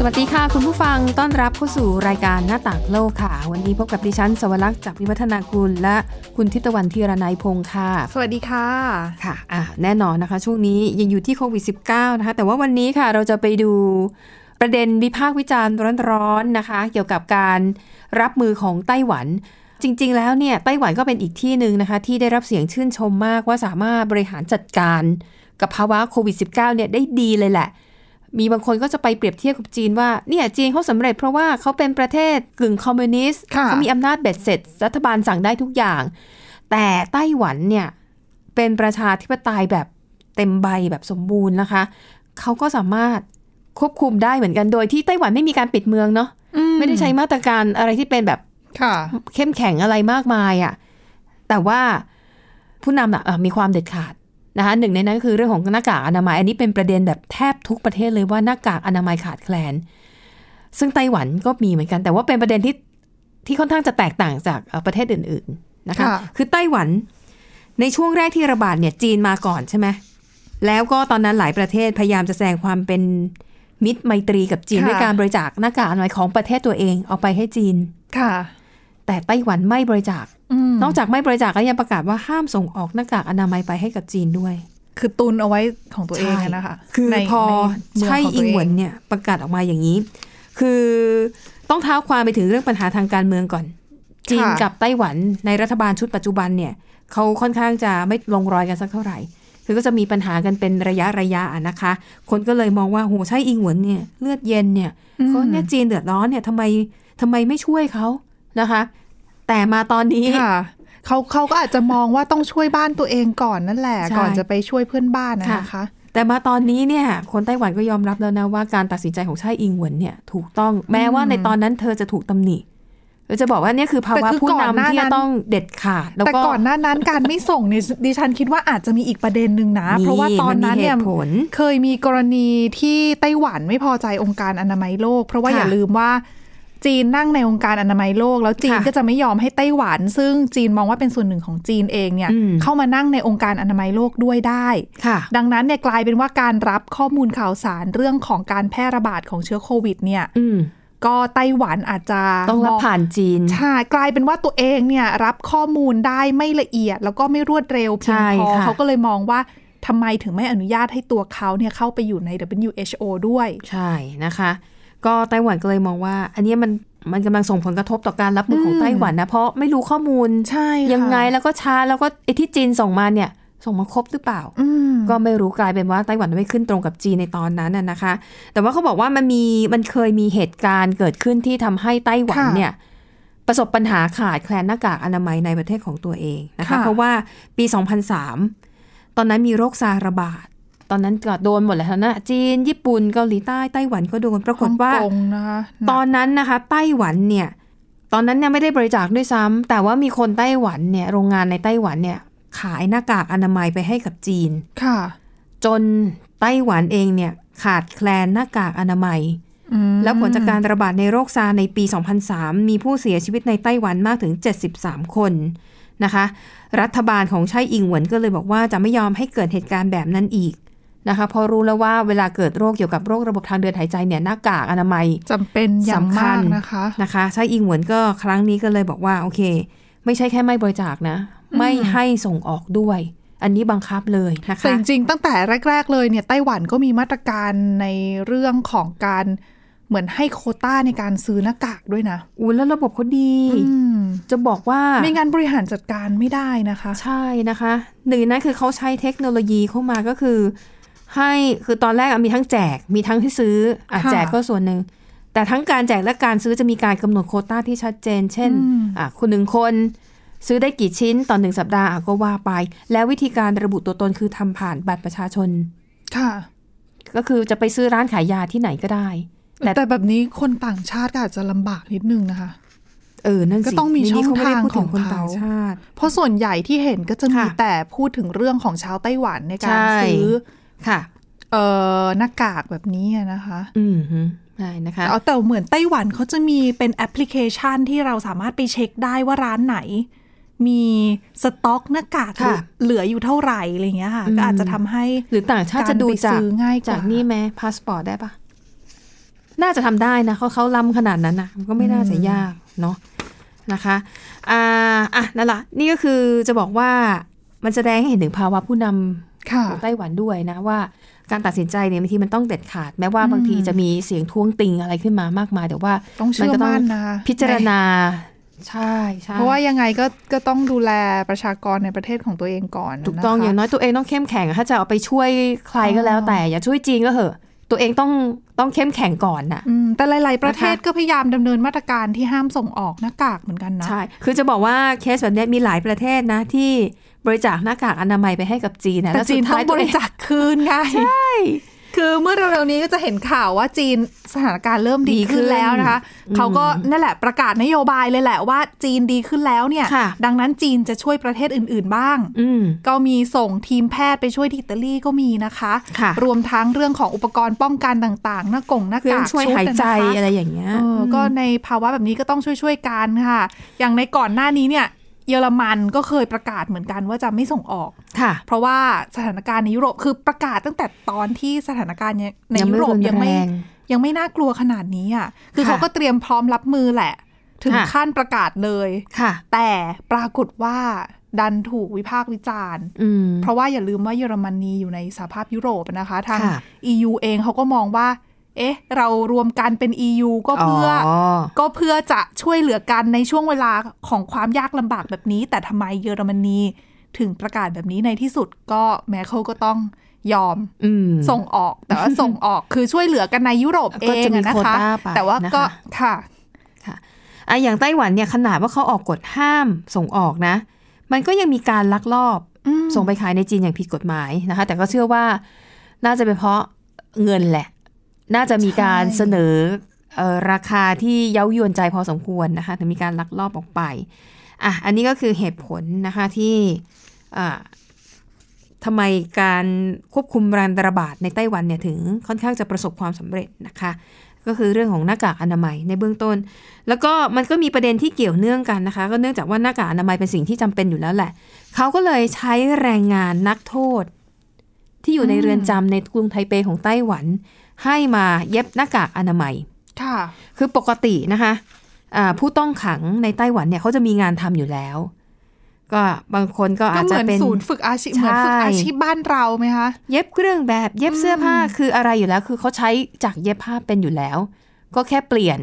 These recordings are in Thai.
สวัสดีค่ะ คุณผู้ฟังต้อนรับเข้าสู่รายการหน้าต่างโลกค่ะ วันนี้พบกับดิฉันสวรักษ์จากวิวัฒนาคุณและคุณทิตวันธีรนัยพงค์ค่ะ สวัสดีค่ะ ค่ะอ่ะ แน่นอนนะคะ ช่วงนี้ยังอยู่ที่โควิด -19 นะคะแต่ว่าวันนี้ค่ะเราจะไปดูประเด็นวิพากษ์วิจารณ์ร้อนๆนะคะ เกี่ยวกับการรับมือของไต้หวัน จริงๆ แล้วเนี่ยไต้หวันก็เป็นอีกที่หนึ่งนะคะ ที่ได้รับเสียงชื่นชมมากว่าสามารถบริหารจัดการกับภาวะโควิด -19 เนี่ยได้ดีเลยแหละ มีบางคนก็จะไปเปรียบเทียบกับจีนว่าเนี่ยจีนเขาสำเร็จเพราะว่าเขาเป็นประเทศกึ่งคอมมิวนิสต์ ค่ะ เขามีอำนาจเบ็ดเสร็จ รัฐบาลสั่งได้ทุกอย่าง แต่ไต้หวันเนี่ย เป็นประชาธิปไตยแบบเต็มใบแบบสมบูรณ์นะคะ เขาก็สามารถควบคุมได้เหมือนกันโดยที่ไต้หวันไม่มีการปิดเมืองเนาะไม่ได้ใช้มาตรการอะไรที่เป็นแบบ ค่ะ เข้มแข็งอะไรมากมายอะ่ะ แต่ว่าผู้นำอะอ่ะมีความเด็ดขาดนะคะหนึ่งในนั้นคือเรื่องของหน้ากากอนามัย อันนี้เป็นประเด็นแบบแทบทุกประเทศเลยว่าหน้ากากอนามัยขาดแคลน ซึ่งไต้หวันก็มีเหมือนกัน แต่ว่าเป็นประเด็นที่ที่ค่อนข้างจะแตกต่างจากเอ่อประเทศอื่น ๆนะคะ ค่ะ คือไต้หวันในช่วงแรกที่ระบาดเนี่ยจีนมาก่อนใช่ไหมแล้วก็ตอนนั้นหลายประเทศพยายามจะแสดงความเป็นมิตรไมตรีกับจีน ค่ะ ด้วยการบริจาคหน้ากากอนามัยของประเทศตัวเองเอาไปให้จีน ค่ะ แต่ไต้หวันไม่บริจาค อืม นอกจากไม่บริจาคแล้วยังประกาศว่าห้ามส่งออกหน้ากากอนามัยไปให้กับจีนด้วย คือตุนเอาไว้ของตัวเองอะนะคะ คือ ใน พอ ในเมื ใช่ ขตั อิงหวน เ เนี่ยประกาศออกมาอย่างนี้ คือต้องเท้าความไปถึงเรื่องปัญหาทางการเมืองก่อน จีนกับไต้หวันในรัฐบาลชุดปัจจุบันเนี่ยเขาค่อนข้างจะไม่ลงรอยกันสักเท่าไหร่ คือก็จะมีปัญหากันเป็นระยะระยะอะนะคะ คนก็เลยมองว่าโหใช่อิงหวนเนี่ยเลือดเย็นเนี่ย อืม เขาเนี่ยจีนเดือดร้อนเนี่ยทำไมทำไมไม่ช่วยเขานะคะ แต่มาตอนนี้ ค่ะเขาเขาก็อาจจะมองว่าต้องช่วยบ้านตัวเองก่อนนั่นแหละ ใช่ ก่อนจะไปช่วยเพื่อนบ้านนะนะคะ แต่มาตอนนี้เนี่ย คนไต้หวันก็ยอมรับแล้วนะว่าการตัดสินใจของชายอิงหวนเนี่ย ถูกต้องแม้ว่าในตอนนั้นเธอจะถูกตำหนิเราจะบอกว่าเนี่ยคือภาวะ แต่คือ ผู้ ก่อนนำหน้า ที่ นั้ จะ น ต้องเด็ดขาดแล้ว แต่ ก็ ก่อนหน้านั้นการไม่ส่งเนี่ยดิฉันคิดว่าอาจจะมีอีกประเด็นหนึ่งนะ เพราะว่าตอนนั้นเนี่ย มัมีหตุผล เคยมีกรณีที่ไต้หวันไม่พอใจองค์การอนามัยโลก เพราะว่า ค่ะ อย่าลืมว่าจีนนั่งในองค์การอนามัยโลก แล้วจีน ค่ะ ก็จะไม่ยอมให้ไต้หวัน ซึ่งจีนมองว่าเป็นส่วนหนึ่งของจีนเองเนี่ย อืม เข้ามานั่งในองค์การอนามัยโลกด้วยได้ ค่ะ ดังนั้นเนี่ยกลายเป็นว่าการรับข้อมูลข่าวสารเรื่องของการแพร่ระบาดของเชื้อโควิดเนี่ย อืม ก็ไต้หวันอาจจะ ต้องรับ ม ผ่านจีน ใช่กลายเป็นว่าตัวเองเนี่ยรับข้อมูลได้ไม่ละเอียด แล้วก็ไม่รวดเร็วเพียงพอ ใช่ค่ะ เขาก็เลยมองว่าทำไมถึงไม่อนุญาตให้ตัวเขาเนี่ยเข้าไปอยู่ใน WHO ด้วย ใช่นะคะ ก็ไต้หวันก็เลยมองว่า อันเนี้ยมันมันกำลังส่งผลกระทบต่อการรับมืออ ม ของไต้หวันนะเพราะไม่รู้ข้อมูล ใช่ค่ะ ยังไงแล้วก็ช้าแล้วก็ไอ้ที่จีนส่งมาเนี่ยส่งมาครบหรือเปล่า อืม ก็ไม่รู้กลายเป็นว่าไต้หวันไม่ขึ้นตรงกับจีนในตอนนั้นน่ะนะคะ แต่ว่าเขาบอกว่ามันมีมันเคยมีเหตุการณ์เกิดขึ้นที่ทำให้ไต้หวันเนี่ยประสบปัญหาขาดแคลนหน้ากากอนามัยในประเทศของตัวเองนะคะ เพราะว่าปี 2003 ตอนนั้นมีโรคซาร์ระบาด ตอนนั้นก็โดนหมดแล้วนะจีน ญี่ปุ่นเกาหลีใต้ไต้หวันก็โดนปราก ฮ่ฏอง ว่า กงนะคะ ตอนนั้นนะคะ ไต้หวันเนี่ย ตอนนั้นเนี่ยไม่ได้บริจาคด้วยซ้ำแต่ว่ามีคนไต้หวันเนี่ยโรงงานในไต้หวันเนี่ยขายหน้ากากอนามัยไปให้กับจีน ค่ะ จนไต้หวันเองเนี่ยขาดแคลนหน้ากากอนามัย อืม แล้วผลจากการระบาดในโรคซาร์ในปี 2003 มีผู้เสียชีวิตในไต้หวันมากถึง 73 คนนะคะ รัฐบาลของไช่อิงหวนก็เลยบอกว่าจะไม่ยอมให้เกิดเหตุการณ์แบบนั้นอีกนะคะเพอรู้แล้วว่าเวลาเกิดโรคเกี่ยวกับโรคระบบทางเดินหายใจเนี่ยหน้ากากอนามัย จำเป็นอย่างมากนะคะ นะคะไช่อิงเหวนก็ครั้งนี้ก็เลยบอกว่า โอเค ไม่ใช่แค่ไม่บริจาคนะ ไม่ให้ส่งออกด้วย อันนี้บังคับเลยนะคะ แต่จริงๆตั้งแต่แรก ๆ เลยเนี่ยไต้หวันก็มีมาตรการในเรื่องของการเหมือนให้โควต้าในการซื้อหน้ากากด้วยนะ อุ้ยแล้วระบบเขาดี อืม จะบอกว่า ไม่งั้นบริหารจัดการไม่ได้นะคะ ใช่นะคะหนึ่งในนั้นคือเขาใช้เทคโนโลยีเข้ามาก็คือ ให้คือตอนแรกอะมีทั้งแจกมีทั้งที่ซื้ออะ ค่ะ แจกก็ส่วนหนึ่ง แต่ทั้งการแจกและการซื้อจะมีการกำหนดโควต้าที่ชัดเจน เช่นอ่ะคนหนึ่งคนซื้อได้กี่ชิ้นต่อหนึ่งสัปดาห์อ่ะก็ว่าไป แล้ววิธีการระบุตัวตนคือทำผ่านบัตรประชาชน ค่ะ ก็คือจะไปซื้อร้านขายยาที่ไหนก็ได้ แต่ แต่แบบนี้คนต่างชาติก็อาจจะลำบากนิดนึงนะคะ เออนั่นสิ ก็ต้องมี ในนี้เขไม่ได้ ช่องทาง พูดถึ ของ คน เขา ต่างชาติ เพราะส่วนใหญ่ที่เห็นก็จะมี ค่ะ แต่พูดถึงเรื่องของชาวไต้หวันในการ ใช่ ซื้อ ค่ะ เอ่อหน้ากากแบบนี้อะนะคะ อืมฮึใช่นะคะ เอาแต่เหมือนไต้หวันเขาจะมีเป็นแอปพลิเคชันที่เราสามารถไปเช็คได้ว่าร้านไหน มีสต็อกหน้ากาก ค่ะ เหลืออยู่เท่าไหร่อะไรอย่างเงี้ยค่ะ อืม ก็อาจจะทำให้ หรือต่างชาติจะดู กา จาร ก ไปซื้อง่ายกว่า จากนี่ไหมพาสปอร์ตได้ปะน่าจะทำได้นะเขาเขาล้ำขนาดนั้นนะมันก็ไม่น่าจะยากเนาะนะคะอ่าอ่ะนั่นละนี่ก็คือจะบอกว่ามันแสดงให้เห็นถึงภาวะผู้นำ ค่ะ ของไต้หวันด้วยนะว่าการตัดสินใจเนี่ยบางทีมันต้องเด็ดขาด แม้ว่าบางทีจะมีเสียงท้วงติงอะไรขึ้นมามากมายแต่ว่า ต้องเชื่อมั่นนะคะ พิจารณาใช่ใช่ เพราะว่ายังไงก็ก็ต้องดูแลประชากรในประเทศของตัวเองก่อน ถูกต้อง นะคะ อย่างน้อยตัวเองต้องเข้มแข็งถ้าจะเอาไปช่วยใครก็แล้วแต่ อย่าช่วยจีนก็เหอะ ตัวเองต้องต้องเข้มแข็งก่อนน่ะ อืมแต่หลาย ๆ ประเทศ นะคะ ก็พยายามดำเนินมาตรการที่ห้ามส่งออกหน้ากากเหมือนกันนะ ใช่ คือจะบอกว่าเคสแบบเนี้ยมีหลายประเทศนะ ที่บริจาคหน้ากากอนามัยไปให้กับจีนนะ แต่ ล้ว จี สุ น ดท้ ต้อยงบริจาคคืนไง ใช่ คือเมื่อเร็วๆนี้ก็จะเห็นข่าวว่าจีนสถานการณ์เริ่มดี ดีขึ้ ขึ้ น นแล้วนะคะ อืม เขาก็นั่นแหละประกาศนโยบายเลยแหละว่าจีนดีขึ้นแล้วเนี่ย ค่ะ ดังนั้นจีนจะช่วยประเทศอื่น ๆ บ้าง อืม ก็มีส่งทีมแพทย์ไปช่วยที่อิตาลีก็มีนะคะ ค่ะ รวมทั้งเรื่องของอุปกรณ์ป้องกันต่าง ๆ หน้ากงหน้า เครื่อก าง ก ช่วยหาย ด ใจ นะคะ อะไรอย่างเงี้ย เอออก็ในภาวะแบบนี้ก็ต้องช่วยๆกันค่ะ อย่างในก่อนหน้านี้เนี่ย เยอรมันก็เคยประกาศเหมือนกันว่าจะไม่ส่งออก ค่ะ เพราะว่าสถานการณ์ในยุโรปคือประกาศตั้งแต่ตอนที่สถานการณ์เนี่ยใน ยัง ยุ ไม่ โรป รุน ยังไม่ แรง ยังไม่น่ากลัวขนาดนี้อ่ะคือเขาก็เตรียมพร้อมรับมือแหละ ถึง ค่ะ ขั้นประกาศเลย ค่ะ แต่ปรากฏว่าดันถูกวิพากษ์วิจารณ์ อืม เพราะว่าอย่าลืมว่าเยอรมนีอยู่ในสหภาพยุโรปนะคะทาง ค่ะ EU เองเขาก็มองว่า เอ๊ะ เรารวมกันเป็น EU ก็เพื่ออ อ ก็เพื่อจะช่วยเหลือกันในช่วงเวลาของความยากลำบากแบบนี้ แต่ทำไมเยอรมนีถึงประกาศแบบนี้ในที่สุดก็แมเคิลก็ต้องยอม อืม ส่งออก แต่ว่าส่งออกคือช่วยเหลือกันในยุโรปเอ ก็จะ ง มี อะนะ โคว คะ ต้าไป แต่ว่าก็ นะคะ ค่ะ ค่ะอ่ะอย่างไต้หวันเนี่ยขนาดว่าเขาออกกฎห้ามส่งออกนะ มันก็ยังมีการลักลอบ อืม ส่งไปขายในจีนอย่างผิดกฎหมายนะคะ แต่ก็เชื่อว่าน่าจะเป็นเพราะเงินแหละ น่าจะมีการเสนอเอ่อราคาที่เย้ายวนใจพอสมควรนะคะถึงมีการลักลอบออกไปอ่ะอันนี้ก็คือเหตุผลนะคะที่อ่าทำไมการควบคุมการระบาดในไต้หวันเนี่ยถึงค่อนข้างจะประสบความสำเร็จนะคะ ก็คือเรื่องของหน้ากากอนามัยในเบื้องต้น แล้วก็มันก็มีประเด็นที่เกี่ยวเนื่องกันนะคะ ก็เนื่องจากว่าหน้ากากอนามัยเป็นสิ่งที่จำเป็นอยู่แล้วแหละ เขาก็เลยใช้แรงงานนักโทษ ที่อยู่ในเรือนจำในกรุงไทเปของไต้หวัน ให้มาเย็บหน้ากากอนามัย ค่ะ คือปกตินะคะอ่าผู้ต้องขังในไต้หวันเนี่ยเขาจะมีงานทำอยู่แล้ว ก็บางคนก็ ก็ อาจ เห จะ มือน เป็น ศูนย์ฝึกอาชีพเหมือนฝึกอาชีพบ้านเราไหมคะ เย็บเครื่องแบบเย็บเสื้อผ้าคืออะไรอยู่แล้ว คือเขาใช้จากเย็บผ้าเป็นอยู่แล้ว ก็แค่เปลี่ยน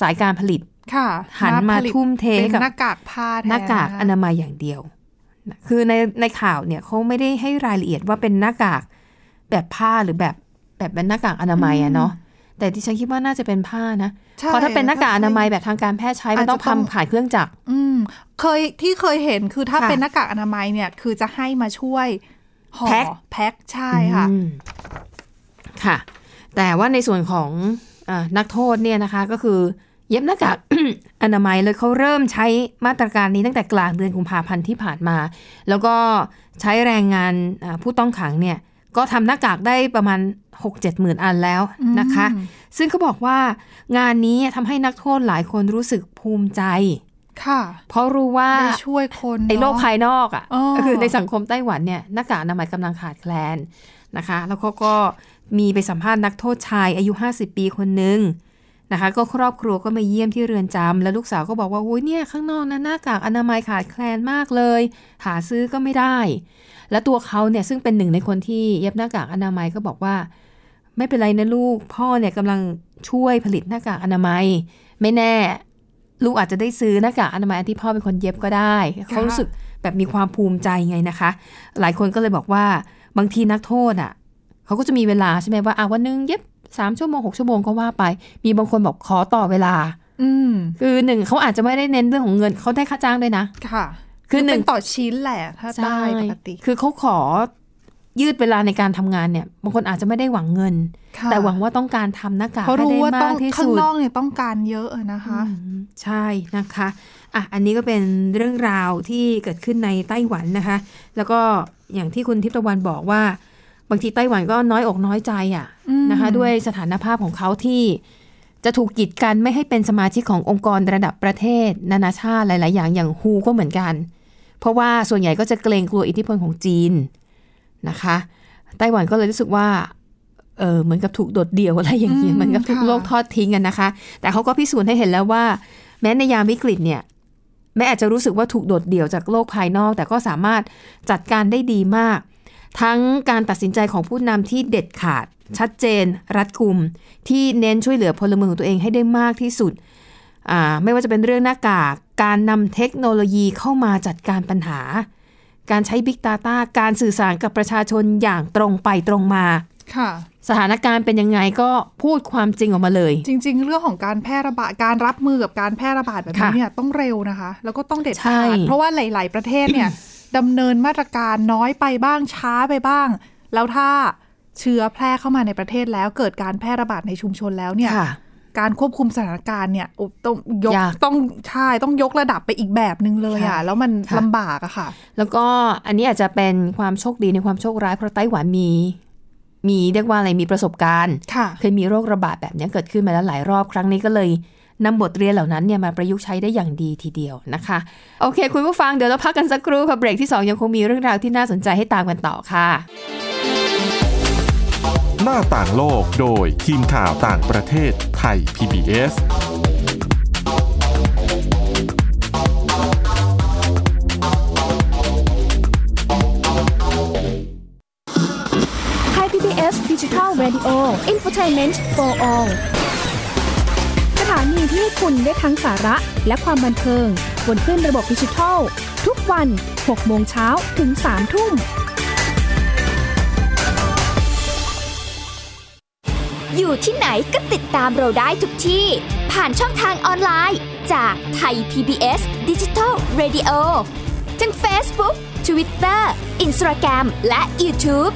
สายการผลิต ค่ะ หันมา ผลิต ทุ่มเท เป็น กับ หน้ากากผ้าแท หน้ากาก ะ อ คะ นามัยอย่างเดียวนะคือในในข่าวเนี่ยเขาไม่ได้ให้รายละเอียดว่าเป็นหน้ากากแบบผ้าหรือแบบแบบเป็นหน้ากากอนามัยอะเนาะ แต่ที่ฉันคิดว่าน่าจะเป็นผ้านะ ใช่ เพราะถ้าเป็นหน้ากากอนามัยแบบทางการแพทย์ใช้ มันต้อง อาจจะต้อง ทำผ่านเครื่องจักร อืมเคยที่เคยเห็นคือถ้า ค่ะ เป็นหน้ากากอนามัยเนี่ย คือจะให้มาช่วยห่อ แพ็ค แพ็คใช่ค่ะ อืมค่ะ แต่ว่าในส่วนของเออนักโทษเนี่ยนะคะ ก็คือเย็บหน้ากาก อนามัยเลยเขาเริ่มใช้มาตรการนี้ตั้งแต่กลางเดือนกุมภาพันธ์ที่ผ่านมา แล้วก็ใช้แรงงานอ่าผู้ต้องขังเนี่ย ก็ทำหน้ากากได้ประมาณ 6 7หมื่นอันแล้วนะคะ ซึ่งเขาบอกว่างานนี้ทำให้นักโทษหลายคนรู้สึกภูมิใจ ค่ะ เพราะรู้ว่า ได้ช่วยคน ไอ้โลก เนะ ภายนอกอ่ะ อ๋อ คือในสังคมไต้หวันเนี่ยหน้ากากอนามัยกำลังขาดแคลนนะคะ แล้วเขาก็มีไปสัมภาษณ์นักโทษชายอายุ 50 ปีคนหนึ่งนะคะ ก็ครอบครัวก็มาเยี่ยมที่เรือนจำแล้วลูกสาวก็บอกว่าโอ้ยเนี่ยข้างนอกนะหน้ากากอนามัยขาดแคลนมากเลย หาซื้อก็ไม่ได้ แล้วตัวเขาเนี่ยซึ่งเป็นหนึ่งในคนที่เย็บหน้ากากอนามัยก็บอกว่า ไม่เป็นไรนะลูกพ่อเนี่ยกำลังช่วยผลิตหน้ากากอนามัย ไม่แน่ ลูกอาจจะได้ซื้อหน้ากากอนามัยอันที่พ่อเป็นคนเย็บก็ได้ เขารู้สึกแบบมีความภูมิใจไงนะคะ หลายคนก็เลยบอกว่าบางทีนักโทษอ่ะเขาก็จะมีเวลาใช่ไหมว่าอ่ะวันหนึงเย็บสามชั่วโมงหกชั่วโมงก็ว่าไป มีบางคนบอกขอต่อเวลา อืม คือหนึ่งเขาอาจจะไม่ได้เน้นเรื่องของเงินเขาได้ค่าจ้างด้วยนะ ค่ะ คือหนึ่ง เป็ต่อชิ้นแหละ ถ้า ใช่ ได้ปกติ คือเขาขอยืดเวลาในการทำงานเนี่ย บางคนอาจจะไม่ได้หวังเงิน ค่ะ แต่หวังว่าต้องการทำหน้ากาก เพราะ ให้ รู้ ได้ ว่าต้ มา อง กที่ ข้าง สุด นอกเนี่ยต้องการเยอะอะนะคะ อืมใช่นะคะอ่ะอันนี้ก็เป็นเรื่องราวที่เกิดขึ้นในไต้หวันนะคะ แล้วก็อย่างที่คุณทิพย์ตะวันบอกว่า บางทีไต้หวันก็น้อยอกน้อยใจอ่ะ อืม นะคะ ด้วยสถานภาพของเขาที่จะถูกกีดกันไม่ให้เป็นสมาชิกขององค์กรระดับประเทศ นานาชาติหลาย ๆ อย่างอย่างฮูก็เหมือนกัน เพราะว่าส่วนใหญ่ก็จะเกรงกลัวอิทธิพลของจีนนะคะ ไต้หวันก็เลยรู้สึกว่าเออเหมือนกับถูกโดดเดี่ยวอะไรอย่างเงี้ย อืม เหมือนกับถูก ค่ะ โลกทอดทิ้งกันนะคะ แต่เขาก็พิสูจน์ให้เห็นแล้วว่า แม้ในยามวิกฤตเนี่ย แม้อาจจะรู้สึกว่าถูกโดดเดี่ยวจากโลกภายนอก แต่ก็สามารถจัดการได้ดีมาก ทั้งการตัดสินใจของผู้นำที่เด็ดขาด ชัดเจน รัดกุม ที่เน้นช่วยเหลือพลเมืองของตัวเองให้ได้มากที่สุดอ่าไม่ว่าจะเป็นเรื่องหน้ากาก การนำเทคโนโลยีเข้ามาจัดการปัญหา การใช้ Big Data การสื่อสารกับประชาชนอย่างตรงไปตรงมา ค่ะ สถานการณ์เป็นยังไงก็พูดความจริงออกมาเลย จริง ๆ เรื่องของการแพร่ระบาดการรับมือกับการแพร่ระบาดแบบนี้ ค่ะ เนี่ยต้องเร็วนะคะ แล้วก็ต้องเด็ด ใช่ ขาดเพราะว่าหลาย ๆ ประเทศเนี่ย ดำเนินมาตรการน้อยไปบ้างช้าไปบ้าง แล้วถ้าเชื้อแพร่เข้ามาในประเทศแล้วเกิดการแพร่ระบาดในชุมชนแล้วเนี่ย ค่ะ การควบคุมสถานการณ์เนี่ยโอ้ต้องยก ยาก ต้องใช่ต้องยกระดับไปอีกแบบหนึ่งเลยอ่ะ ค่ะ แล้วมัน ค่ะ ลำบากอะค่ะ แล้วก็อันนี้อาจจะเป็นความโชคดีในความโชคร้ายเพราะไต้หวันมี มีเรียกว่าอะไรมีประสบการณ์ ค่ะ เคยมีโรคระบาดแบบนี้เกิดขึ้นมาแล้วหลายรอบครั้งนี้ก็เลยนำบทเรียนเหล่านั้นเนี่ยมาประยุกต์ใช้ได้อย่างดีทีเดียวนะคะ โอเค คุณผู้ฟังเดี๋ยวเราพักกันสักครู่ค่ะเบรกที่ 2 ยังคงมีเรื่องราวที่น่าสนใจให้ตามกันต่อค่ะ หน้าต่างโลกโดยทีมข่าวต่างประเทศไทย PBS ไทย PBS ดิจิทัล Radio Infotainment for All สถานีที่คุณได้ทั้งสาระและความบันเทิง บนขึ้นระบบดิจิทัล ทุกวัน 6 โมงเช้าถึง 3 ทุ่ม อยู่ที่ไหนก็ติดตามเราได้ทุกที่ ผ่านช่องทางออนไลน์ จากไทย PBS Digital Radio ทั้ง Facebook Twitter Instagram และ YouTube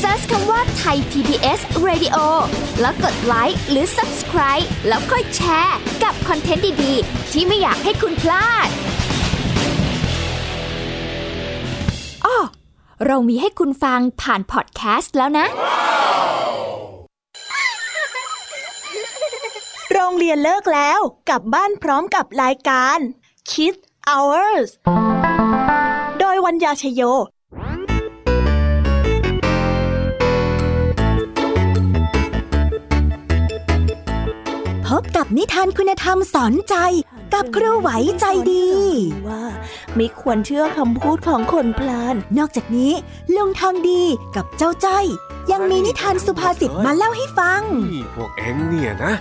Search คำว่าไทย PBS Radio แล้วกดไลค์หรือ Subscribe แล้วค่อยแชร์ กับคอนเทนต์ดี ๆ ที่ไม่อยากให้คุณพลาดอ้อเรามีให้คุณฟังผ่านพอดแคสต์แล้วนะ โรงเรียนเลิกแล้ว กลับบ้านพร้อมกับรายการ Kids Hours โดยวัญญาชยโย พบกับนิทานคุณธรรมสอนใจ กับครูไหวใจดี ว่าไม่ควรเชื่อคำพูดของคนพลาน นอกจากนี้ลุงทองดีกับเจ้าจ้อยยังมีนิทานสุภาษิตมาเล่าให้ฟัง นี่พวกเอ็งเนี่ยนะ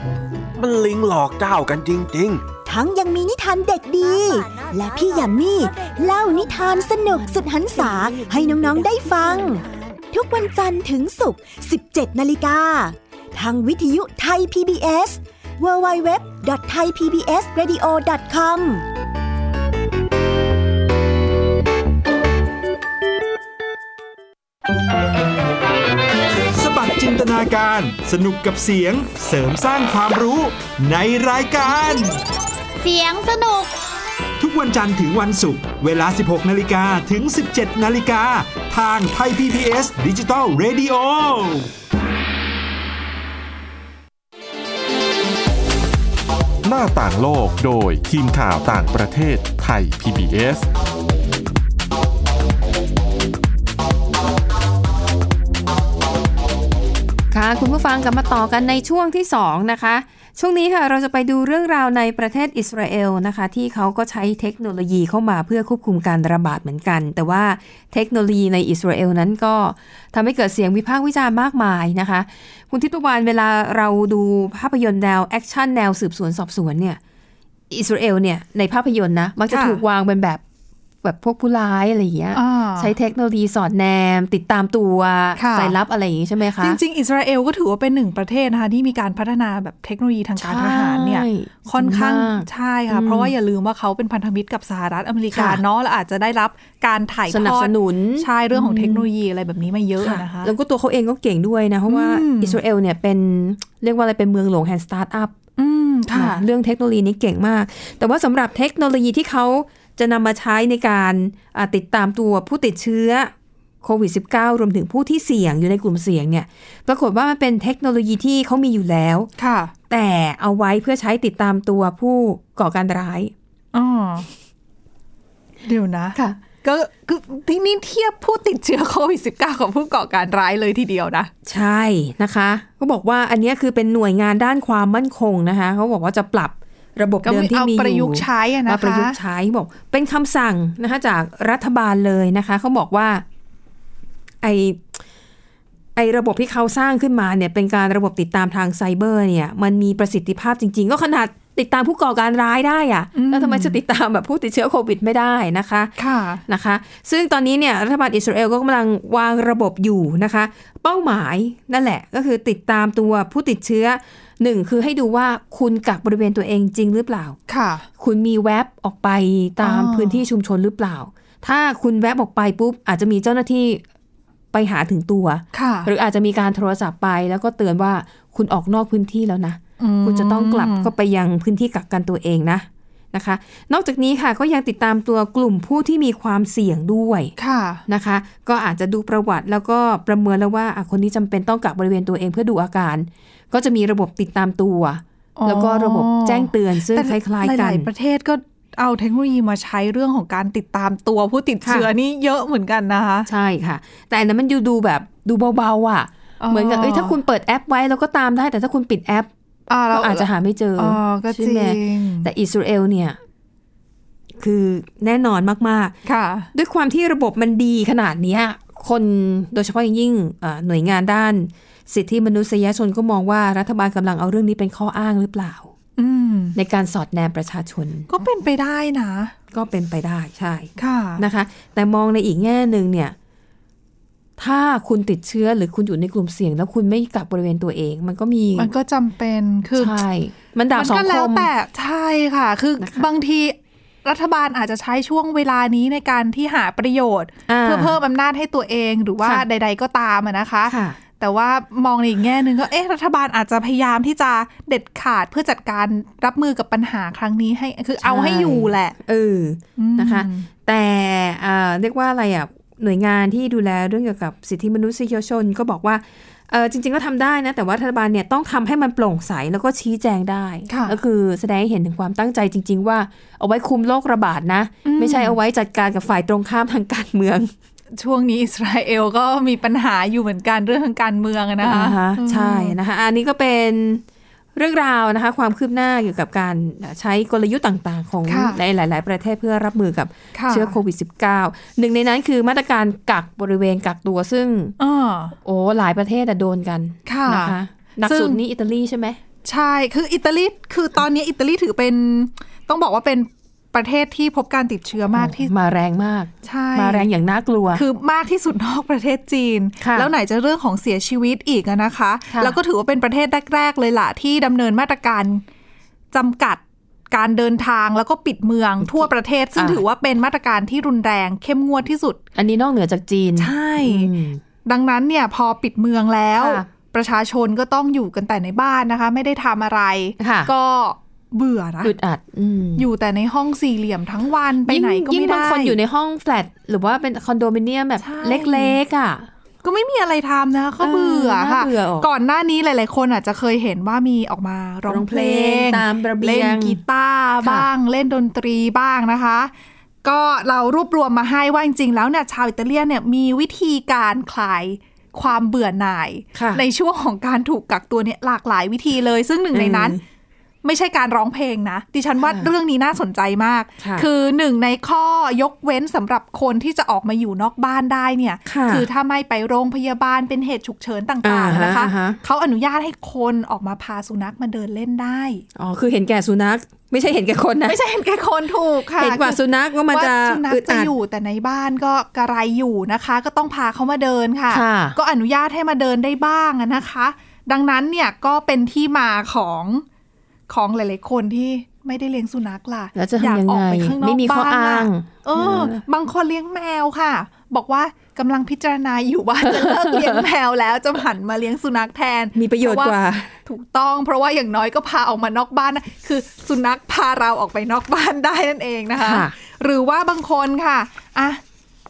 มันลิงหลอกเจ้ากันจริง ทั้งยังมีนิทานเด็กดี และพี่ยามีเล่านิทานสนุกสุดหันษาให้น้อง ๆ ได้ฟัง ทุกวันจันทร์ถึงศุกร์ 17 นาฬิกา ทางวิทยุไทย PBS www.thaipbsradio.com สบัดจินตนาการ สนุกกับเสียง เสริมสร้างความรู้ในรายการ เสียงสนุก ทุกวันจันทร์ถึงวันศุกร์เวลา 16 นาฬิกาถึง 17 นาฬิกา ทางไทย PPS ดิจิตอล Radio หน้าต่างโลกโดยทีมข่าวต่างประเทศไทย PBS ค่ะคุณผู้ฟังกลับมาต่อกันในช่วงที่ 2 นะคะ ช่วงนี้ค่ะเราจะไปดูเรื่องราวในประเทศอิสราเอลนะคะ ที่เขาก็ใช้เทคโนโลยีเข้ามาเพื่อควบคุมการระบาดเหมือนกัน แต่ว่าเทคโนโลยีในอิสราเอลนั้นก็ทำให้เกิดเสียงวิพากษ์วิจารณ์มากมายนะคะ คุณทิพย์ตะวันเวลาเราดูภาพยนตร์แนวแอคชั่นแนวสืบสวนสอบสวนเนี่ยอิสราเอลเนี่ยในภาพยนตร์นะมักจะ ค่ะ ถูกวางเป็นแบบแบบพวกผู้ร้ายอะไรอย่างเงี้ย อ่า ใช้เทคโนโลยีสอดแนม ติดตามตัว ค่ะ สายลับอะไรอย่างงี้ใช่ไหมคะ จริง ๆ อิสราเอลก็ถือว่าเป็นหนึ่งประเทศนะคะที่มีการพัฒนาแบบเทคโนโลยีทางการทหารเนี่ย ใช่ ค่อนข้าง สูมก ใช่ค่ะ อืม เพราะว่าอย่าลืมว่าเขาเป็นพันธมิตรกับสหรัฐอเมริกา ค่ะ เนาะแล้วอาจจะได้รับการถ่าย สนั ท บ อ ส ด นุน ใช่เรื่องของเทคโนโลยีอะไรแบบนี้มาเยอะ ค่ะ นะคะ แล้วก็ตัวเขาเองก็เก่งด้วยนะ เพราะว่า อืม อิสราเอลเนี่ยเป็นเรียกว่าอะไรเป็นเมืองหลวงแห่งสตาร์ทอัพ อืมค่ะ นะเรื่องเทคโนโลยีนี้เก่งมาก แต่ว่าสำหรับเทคโนโลยีที่เขาจะนำมาใช้ในการอ่าติดตามตัวผู้ติดเชื้อ โควิด -19 รวมถึงผู้ที่เสี่ยงอยู่ในกลุ่มเสี่ยงเนี่ย ปรากฏว่ามันเป็นเทคโนโลยีที่เขามีอยู่แล้ว ค่ะ แต่เอาไว้เพื่อใช้ติดตามตัวผู้ก่อการร้าย อ๋อเดี๋ยวนะ ค่ะ ก็คือที่นี่เทียบผู้ติดเชื้อโควิด -19 กับผู้ก่อการร้ายเลยทีเดียวนะ ใช่นะคะ ก็บอกว่าอันเนี้ยคือเป็นหน่วยงานด้านความมั่นคงนะคะ เขาบอกว่าจะปรับระบบ ก็ เดิมที่ เอา มีอยู่ ประยุกต์ใช้อะนะ มาประยุก คะ ต์ใช้บอกเป็นคำสั่งนะคะ จากรัฐบาลเลยนะคะ เขาบอกว่า ไอไอระบบที่เขาสร้างขึ้นมาเนี่ย เป็นการระบบติดตามทางไซเบอร์เนี่ย มันมีประสิทธิภาพจริง ๆ ก็ขนาดติดตามผู้ก่อการร้ายได้อะ อืม แล้วทำไมจะติดตามแบบผู้ติดเชื้อโควิดไม่ได้นะคะ ค่ะ นะคะ ซึ่งตอนนี้เนี่ยรัฐบาลอิสราเอลก็กำลังวางระบบอยู่นะคะ เป้าหมายนั่นแหละก็คือติดตามตัวผู้ติดเชื้อหนึ่งคือให้ดูว่าคุณกักบริเวณตัวเองจริงหรือเปล่า ค่ะ คุณมีแวบออกไปตาม อ๋อ พื้นที่ชุมชนหรือเปล่า ถ้าคุณแวบออกไปปุ๊บ อาจจะมีเจ้าหน้าที่ไปหาถึงตัว ค่ะ หรืออาจจะมีการโทรศัพท์ไป แล้วก็เตือนว่าคุณออกนอกพื้นที่แล้วนะ ม คุณจะต้องกลับเข้าไปยังพื้นที่กักกันตัวเองนะนะคะ นอกจากนี้ค่ะก็ยังติดตามตัวกลุ่มผู้ที่มีความเสี่ยงด้วย ค่ะ นะคะ ก็อาจจะดูประวัติแล้วก็ประเมินแล้วว่าอ่ะคนนี้จำเป็นต้องกักบริเวณตัวเองเพื่อดูอาการ ก็จะมีระบบติดตามตัว อ๋อ แล้วก็ระบบแจ้งเตือนซึ่งคล้ายๆ ห กั ลาน ยๆประเทศก็เอาเทคโนโลยีมาใช้เรื่องของการติดตามตัวผู้ติดเชื้อ ค่ะ นี่เยอะเหมือนกันนะคะ ใช่ค่ะ แต่อันนั้นมันอยู่ดูแบบดูเบาๆอ่ะ อ๋อ เหมือนกับเอ้ยถ้าคุณเปิดแอปไว้แล้วก็ตามได้ แต่ถ้าคุณปิดแอป อ่าเรา ก็อาจจะหาไม่เจออ อ๋อก็จ ใช่ ริ ไหม ง แต่อิสราเอลเนี่ย คือแน่นอนมาก ค่ะ ๆ ด้วยความที่ระบบมันดีขนาดเนี้ย คนโดยเฉพาะอย่างยิ่งเอ่อหน่วยงานด้าน สิทธิมนุษยชนก็มองว่ารัฐบาลกำลังเอาเรื่องนี้เป็นข้ออ้างหรือเปล่า อืม ในการสอดแนมประชาชน ก็เป็นไปได้นะ ก็เป็นไปได้ใช่ ค่ะ นะคะ แต่มองในอีกแง่หนึ่งเนี่ย ถ้าคุณติดเชื้อหรือคุณอยู่ในกลุ่มเสี่ยง แล้วคุณไม่กักบริเวณตัวเอง มันก็มี มันก็จำเป็นคือ ใช่ มันดาบสอง ก็ ค แล้ว ม แต่ใช่ค่ะ คือ นะคะ บางทีรัฐบาลอาจจะใช้ช่วงเวลานี้ในการที่หาประโยชน์ า เพื่อเพิ่มอำนาจให้ตัวเองหรือว่า ค่ะ ใด ๆก็ตามอะนะคะ ค่ะ แต่ว่ามองในอีกแง่หนึ่งก็เอ๊ะรัฐบาลอาจจะพยายามที่จะเด็ดขาดเพื่อจัดการรับมือกับปัญหาครั้งนี้ให้คือเอาให้อยู่แหละ เออ อืม นะคะ แต่เอ่อเรียกว่าอะไรอ่ะ หน่วยงานที่ดูแลเรื่องเกี่ยวกับสิทธิมนุษยชนก็บอกว่าเออจริง ๆ ก็ทำได้นะ แต่ว่ารัฐบาลเนี่ยต้องทำให้มันโปร่งใสแล้วก็ชี้แจงได้ ค่ะ ก็คือแสดงให้เห็นถึงความตั้งใจจริง ๆ ว่าเอาไว้คุมโรคระบาดนะ ไม่ใช่เอาไว้จัดการกับฝ่ายตรงข้ามทางการเมือง ช่วงนี้อิสราเอลก็มีปัญหาอยู่เหมือนกันเรื่องทางการเมืองอะนะ อ่า คะ ฮะใช่นะคะ อันนี้ก็เป็นเรื่องราวนะคะ ความคืบหน้าเกี่ยวกับการใช้กลยุทธ์ต่างๆ ของ ค่ะ ในหลาย ๆ ประเทศเพื่อรับมือกับ ค่ะ เชื้อโควิด -19 หนึ่งในนั้นคือมาตรการกักบริเวณกักตัวซึ่ง อ้อ โอ้หลายประเทศอะโดนกัน ค่ะ นะคะหนัก ซึ่ง สุดนี้อิตาลีใช่ไหม ใช่ คืออิตาลี คือตอนนี้อิตาลีถือเป็น ต้องบอกว่าเป็นประเทศที่พบการติดเชื้อมากที่ มาแรงมาก ใช่ มาแรงอย่างน่ากลัว คือมากที่สุดนอกประเทศจีน ค่ะ แล้วไหนจะเรื่องของเสียชีวิตอีกอะนะคะ ค่ะ แล้วก็ถือว่าเป็นประเทศแรกๆเลยล่ะ ที่ดำเนินมาตรการจำกัดการเดินทางแล้วก็ปิดเมืองทั่วประเทศ ซึ่งถือว่าเป็นมาตรการที่รุนแรงเข้มงวดที่สุด อันนี้นอกเหนือจากจีน ใช่ อืม ดังนั้นเนี่ยพอปิดเมืองแล้ว ค่ะ ประชาชนก็ต้องอยู่กันแต่ในบ้านนะคะ ไม่ได้ทำอะไร ค่ะ ก็เบื่อนะ อึดอัดอืม อยู่แต่ในห้องสี่เหลี่ยมทั้งวันไปไหนก็ ยิ่ง ไม่ บาง ได้ คนอยู่ในห้องแฟลตหรือว่าเป็นคอนโดมิเนียมแบบ ใช่ เล็ก ๆ อ่ะ ก็ไม่มีอะไรทำนะคะเขาเบื่อ เออน่า ค่ะ เบื่อออก ก่อนหน้านี้หลาย ๆ คนอาจจะเคยเห็นว่ามีออกมาร้องเพล ร้อง ง เพลงตามระเบียง เล่นกีตาร์ ค่ะ บ้าง เล่นดนตรีบ้างนะคะ ก็เรารวบรวมมาให้ว่าจริง ๆ แล้วเนี่ยชาวอิตาเลียนเนี่ยมีวิธีการคลายความเบื่อหน่าย ค่ะ ในช่วงของการถูกกักตัวเนี่ยหลากหลายวิธีเลย ซึ่งหนึ่งในนั้น อืม ไม่ใช่การร้องเพลงนะ ดิฉันว่า ค่ะ เรื่องนี้น่าสนใจมาก ค่ะ อหนึ่งในข้อยกเว้นสำหรับคนที่จะออกมาอยู่นอกบ้านได้เนี่ย ค่ะ อถ้าไม่ไปโรงพยาบาลเป็นเหตุฉุกเฉินต่างๆ อ่าฮะ นะคะ อ่าฮะ เขาอนุญาตให้คนออกมาพาสุนัขมาเดินเล่นได้ อ๋อ คือเห็นแก่สุนัข ไม่ใช่เห็นแก่คนนะ ไม่ใช่เห็นแค่คนถูกค่ะ เห็นกว่าสุนัขว่ามันจะ ว่สุนัข อึด จะ อัด อยู่แต่ในบ้านก็กระไรอยู่นะคะ ก็ต้องพาเขามาเดินค่ะ ค่ะ ก็อนุญาตให้มาเดินได้บ้างอะนะคะ ดังนั้นเนี่ยก็เป็นที่มาของของหลาย ๆ คนที่ไม่ได้เลี้ยงสุนัขล่ะ แล้วจะ อยาก ทำยัง ออก ไง ปข้างนอก ไม่มีข้อ บ้นะ อ้าง เออ บางคนเลี้ยงแมวค่ะ บอกว่ากำลังพิจารณาอยู่ว่าจะเลิกเลี้ยงแมวแล้วจะหันมาเลี้ยงสุนัขแทน มีประโยชน์ เพ กว่า ถูกต้อง เพราะว่าอย่างน้อยก็พาออกมานอกบ้านนะคือสุนัขพาเราออกไปนอกบ้านได้นั่นเองนะคะ ค่ะ หรือว่าบางคนค่ะอ่ะ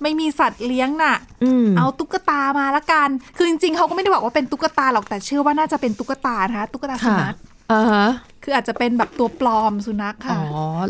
ไม่มีสัตว์เลี้ยงน่ะ อืม เอาตุ๊กตามาละกัน คือจริงๆเขาก็ไม่ได้บอกว่าเป็นตุ๊กตาหรอกแต่เชื่อว่าน่าจะเป็นตุ๊กตานะคะตุ๊กตาสุ ค่ะ นัข อ่าฮะ คืออาจจะเป็นแบบตัวปลอมสุนัข อ๋ ค่ะ อ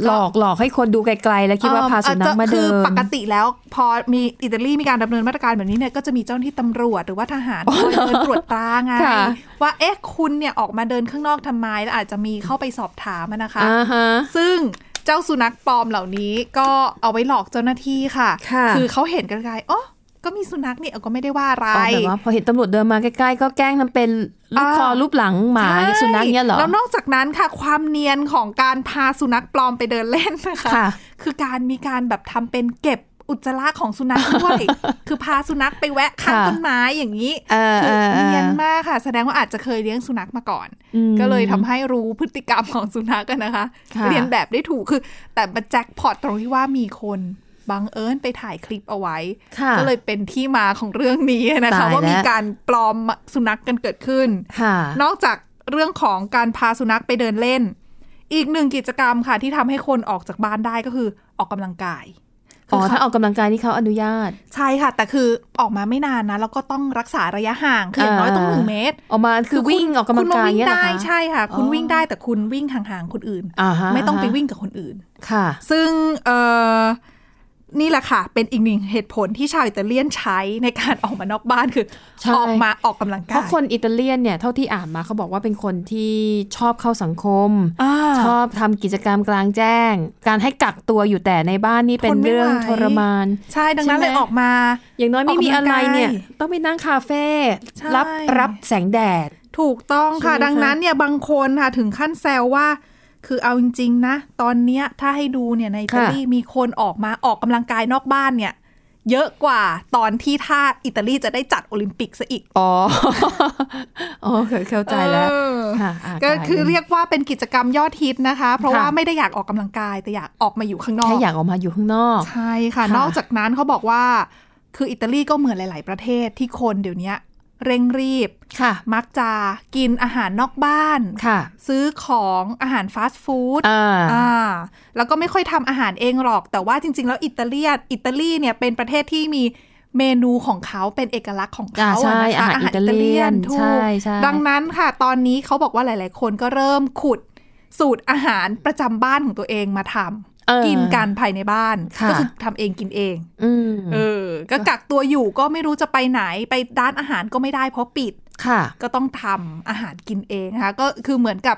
หลอกหลอกให้คนดูไกลๆ แล้วคิดว่า เอ่อ พาสุนัข อจจะ มา คื เดิ อน ปกติแล้วพอมีอิตาลีมีการดำเนินมาตรการแบบนี้เนี่ยก็จะมีเจ้าหน้าที่ตำรวจหรือว่าทหารคอยเดินตรวจตราไง ค่ะ ว่าเอ๊ะคุณเนี่ยออกมาเดินข้างนอกทำไมแล้วอาจจะมีเข้าไปสอบถามอะนะคะ อ่าฮะ ซึ่งเจ้าสุนัขปลอมเหล่านี้ก็เอาไว้หลอกเจ้าหน้าที่ค่ะ ค่ะ อเขาเห็นกันไกลๆอ๋อก็มีสุนัขเนี่ยก็ไม่ได้ว่าอะไร อ๋อแบบว่าพอเห็นตำรวจเดินมาใกล้ๆ ก็แกล้งทำเป็นลูก อ่า คอรูปหลังหมา ใช่ สุนัขเนี้ยเหรอ แล้วนอกจากนั้นค่ะ ความเนียนของการพาสุนัขปลอมไปเดินเล่นนะคะ ค่ะ คือการมีการแบบทำเป็นเก็บอุจจาระของสุนัขด้วย คือพาสุนัขไปแวะข้าง ค่ะ ต้นไม้อย่างนี้ เออ คือ เออเออ เนียนมากค่ะ แสดงว่าอาจจะเคยเลี้ยงสุนัขมาก่อน อืม ก็เลยทำให้รู้พฤติกรรมของสุนัขกันนะคะ ค่ะ เรียนแบบได้ถูกคือ แต่มาแจ็คพอตตรงที่ว่ามีคนบังเอิญไปถ่ายคลิปเอาไว้ ค่ะ ก็เลยเป็นที่มาของเรื่องนี้นะตายคะแล้ว ว่ามีการปลอมสุนัขกันเกิดขึ้น ค่ะ นอกจากเรื่องของการพาสุนัขไปเดินเล่น อีกหนึ่งกิจกรรมค่ะ ที่ทำให้คนออกจากบ้านได้ก็คือออกกำลังกาย อ๋อ คื ถ้าออกกำลังกายนี่เขาอนุญาต ใช่ค่ะ แต่คือออกมาไม่นานนะ แล้วก็ต้องรักษาระยะห่างคืออย่างน้อยต้องหนึ่งเมตร ออกมาคือวิ่ง ณ ออกกำลังกาย คุณมวิ่ เนี้ยเหรอ ได้ คะ ใช่ค่ะ คุณ อ๋อ วิ่งได้แต่คุณวิ่งห่างๆคนอื่น อ่าฮะ ไม่ต้องไป าฮะ วิ่งกับคนอื่น ค่ะ ซึ่งเอ่อนี่แหละค่ะ เป็นอีกหนึ่งเหตุผลที่ชาวอิตาเลียนใช้ในการออกมานอกบ้านคือ ใช่ ออกมาออกกำลังกาย เพราะคนอิตาเลียนเนี่ยเท่าที่อ่านมาเขาบอกว่าเป็นคนที่ชอบเข้าสังคม อ่า ชอบทำกิจกรรมกลางแจ้ง การให้กักตัวอยู่แต่ในบ้านนี่เป็น ทนไม่ เรื่อง ไหว ทรมาน ใช่ดังนั้น ใช่ เล ไหม ยออกมา อย่างน้อยไม่มีอะไรเนี่ย ต้องไปนั่งคาเฟ่ ใช่ รับรับแสงแดด ถูกต้องค่ะ ใช่ไหมคะ ดังนั้นเนี่ยบางคนค่ะถึงขั้นแซวว่า คือเอาจริงๆนะ ตอนเนี้ยถ้าให้ดูเนี่ยในอิตาลีมีคนออกมาออกกำลังกายนอกบ้านเนี่ย เยอะกว่าตอนที่ถ้าอิตาลีจะได้จัดโอลิมปิกซะอีก อ๋อ อ๋อเข้าใจแล้ว เออ ค่ะอ่ะ ก็ ได้ คือเรียกว่าเป็นกิจกรรมยอดฮิตนะคะ เพราะ ค่ะ ว่าไม่ได้อยากออกกำลังกายแต่อยากออกมาอยู่ข้างนอก แค่อยากออกมาอยู่ข้างนอก ใช่ค่ะ ค่ะ นอกจากนั้นเขาบอกว่า คืออิตาลีก็เหมือนหลาย ๆ ประเทศที่คนเดี๋ยวนี้เร่งรีบ ค่ะ มักจะกินอาหารนอกบ้าน ค่ะ ซื้อของอาหารฟาสต์ฟู้ด อ่า อ่าแล้วก็ไม่ค่อยทำอาหารเองหรอก แต่ว่าจริง ๆ แล้วอิตาเลียนอิตาลีเนี่ยเป็นประเทศที่มีเมนูของเขาเป็นเอกลักษณ์ของเขา อ่าใช่ อะนะคะ อาหารอิตาเลียน ถู ใช่ ก ใช่ ดังนั้นค่ะ ตอนนี้เขาบอกว่าหลาย ๆ คนก็เริ่มขุดสูตรอาหารประจำบ้านของตัวเองมาทำ เออ กินกันภายในบ้าน ค่ะ ก็คือทำเองกินเอง อืม เออ ก็กักตัวอยู่ก็ไม่รู้จะไปไหนไปร้านอาหารก็ไม่ได้เพราะปิด ค่ะ ก็ต้องทำอาหารกินเองนะคะก็คือเหมือนกับ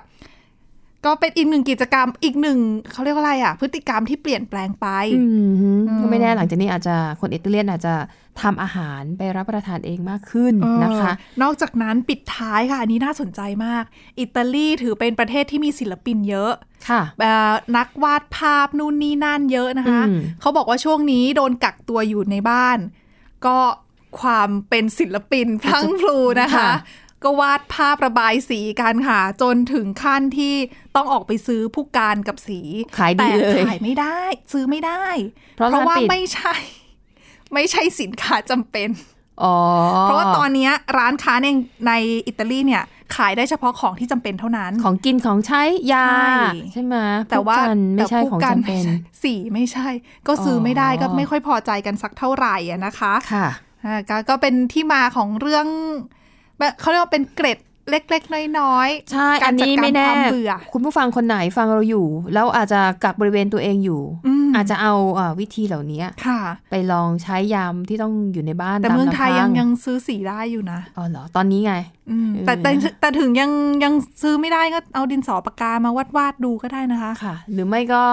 ก็เป็นอีกหนึ่งกิจกรรมอีกหนึ่งเขาเรียกว่าอะไรอ่ะ พฤติกรรมที่เปลี่ยนแปลงไป อืม อืม ก็ไม่แน่หลังจากนี้อาจจะคนอิตาเลียนอาจจะทำอาหารไปรับประทานเองมากขึ้นนะคะ เออนอกจากนั้นปิดท้ายค่ะ อันนี้น่าสนใจมาก อิตาลีถือเป็นประเทศที่มีศิลปินเยอะ ค่ะ เอ่อนักวาดภาพนู่นนี่นั่นเยอะนะคะ อืม เขาบอกว่าช่วงนี้โดนกักตัวอยู่ในบ้าน ก็ความเป็นศิลปินพลั้งพลูนะคะ ก็วาดภาพระบายสีกันค่ะ จนถึงขั้นที่ต้องออกไปซื้อผู้การกับสี ขายดี แต่ เลย ขายไม่ได้ ซื้อไม่ได้ เพราะร้าน ว่า ปิด ไม่ใช่ ไม่ใช่สินค้าจำเป็น อ๋อ เพราะว่าตอนเนี้ยร้านค้าในในอิตาลีเนี่ยขายได้เฉพาะของที่จำเป็นเท่านั้น ของกินของใช้ยา ใช่ ใช่ไหม แต่ว่า ผู้กันไม่ใช่ แต่ผู้ ของ กัน จำเป็น ไม่ใช่สีไม่ใช่ ก็ซื้อไม่ได้ อ๋อ ก็ไม่ค่อยพอใจกันสักเท่าไหร่อะนะคะ ค่ะ อ่าก็ก็เป็นที่มาของเรื่องแบบเขาเรียกว่าเป็นเกร็ดเล็ก ๆ น้อยๆ ใช่ กา อั ร น จัด นี้ การ ไม่ ค แน่ วามเบื่อ คุณผู้ฟังคนไหนฟังเราอยู่ แล้วอาจจะกักบริเวณตัวเองอยู่ อืม อาจจะเอาอ่าวิธีเหล่านี้ ค่ะ ไปลองใช้ยามที่ต้องอยู่ในบ้าแต่นา เมืองไทย ลำพั ยังยังซื้อสีได้อยู่นะ อ๋อเหรอตอนนี้ไง อืมแต่แต่แต่แต่ถึงยังยังซื้อไม่ได้ก็เอาดินสอปากกามาวาดวาดๆดูก็ได้นะคะ ค่ะหรือไม่ก็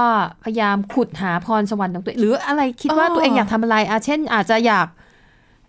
พยายามขุดหาพรสวรรค์ของตัวเองหรืออะไรคิดว่า เออ ตัวเองอยากทำอะไรอ่ะเช่น อาจจะอยาก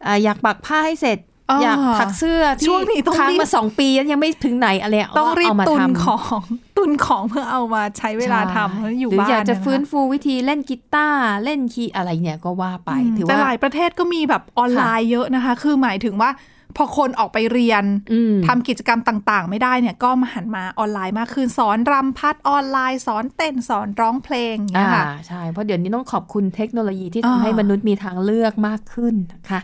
อ่ะอยากปักผ้าให้เสร็จ เอออยอากถักเสื้อที่ ช่วงนี้ต้อง ค้าง รีบ มาสองปีแล้วยังไม่ถึงไหนอะไระ ต้องรีบ เอามา ตุน ทำ ของตุนของเพื่อเอามาใช้เวลาทำเพ ใช่ ราะอยู่ หรือ บ้าน อยากจะ ค ฟื้นฟูวิธีเล่นกีตาร์เล่นคีย์อะไรเนี่ยก็ว่าไป ม ถือ แต่ ว่า หลายประเทศก็มีแบบออนไลน์เยอะนะคะ คือหมายถึงว่าพอคนออกไปเรียน อืม ทำกิจกรรมต่างๆ ไม่ได้เนี่ยก็มาหันมาออนไลน์มากขึ้นสอนรำพัดออนไลน์ สอนเต้นสอนร้องเพลงอย่าง อ่า เงี้ยค่ะ ใช่เพราะเดี๋ยวนี้ต้องขอบคุณเทคโนโลยีที่ อ่า ทำให้มนุษย์มีทางเลือกมากขึ้นนะคะ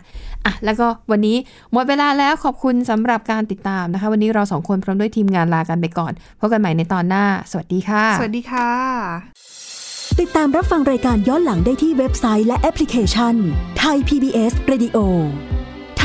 อ่ะแล้วก็วันนี้หมดเวลาแล้วขอบคุณสำหรับการติดตามนะคะ วันนี้เราสองคนพร้อมด้วยทีมงานลากันไปก่อนพบกันใหม่ในตอนหน้า สวัสดีค่ะ สวัสดีค่ะ ติดตามรับฟังรายการย้อนหลังได้ที่เว็บไซต์และแอปพลิเคชันไทย PBS Radio ไ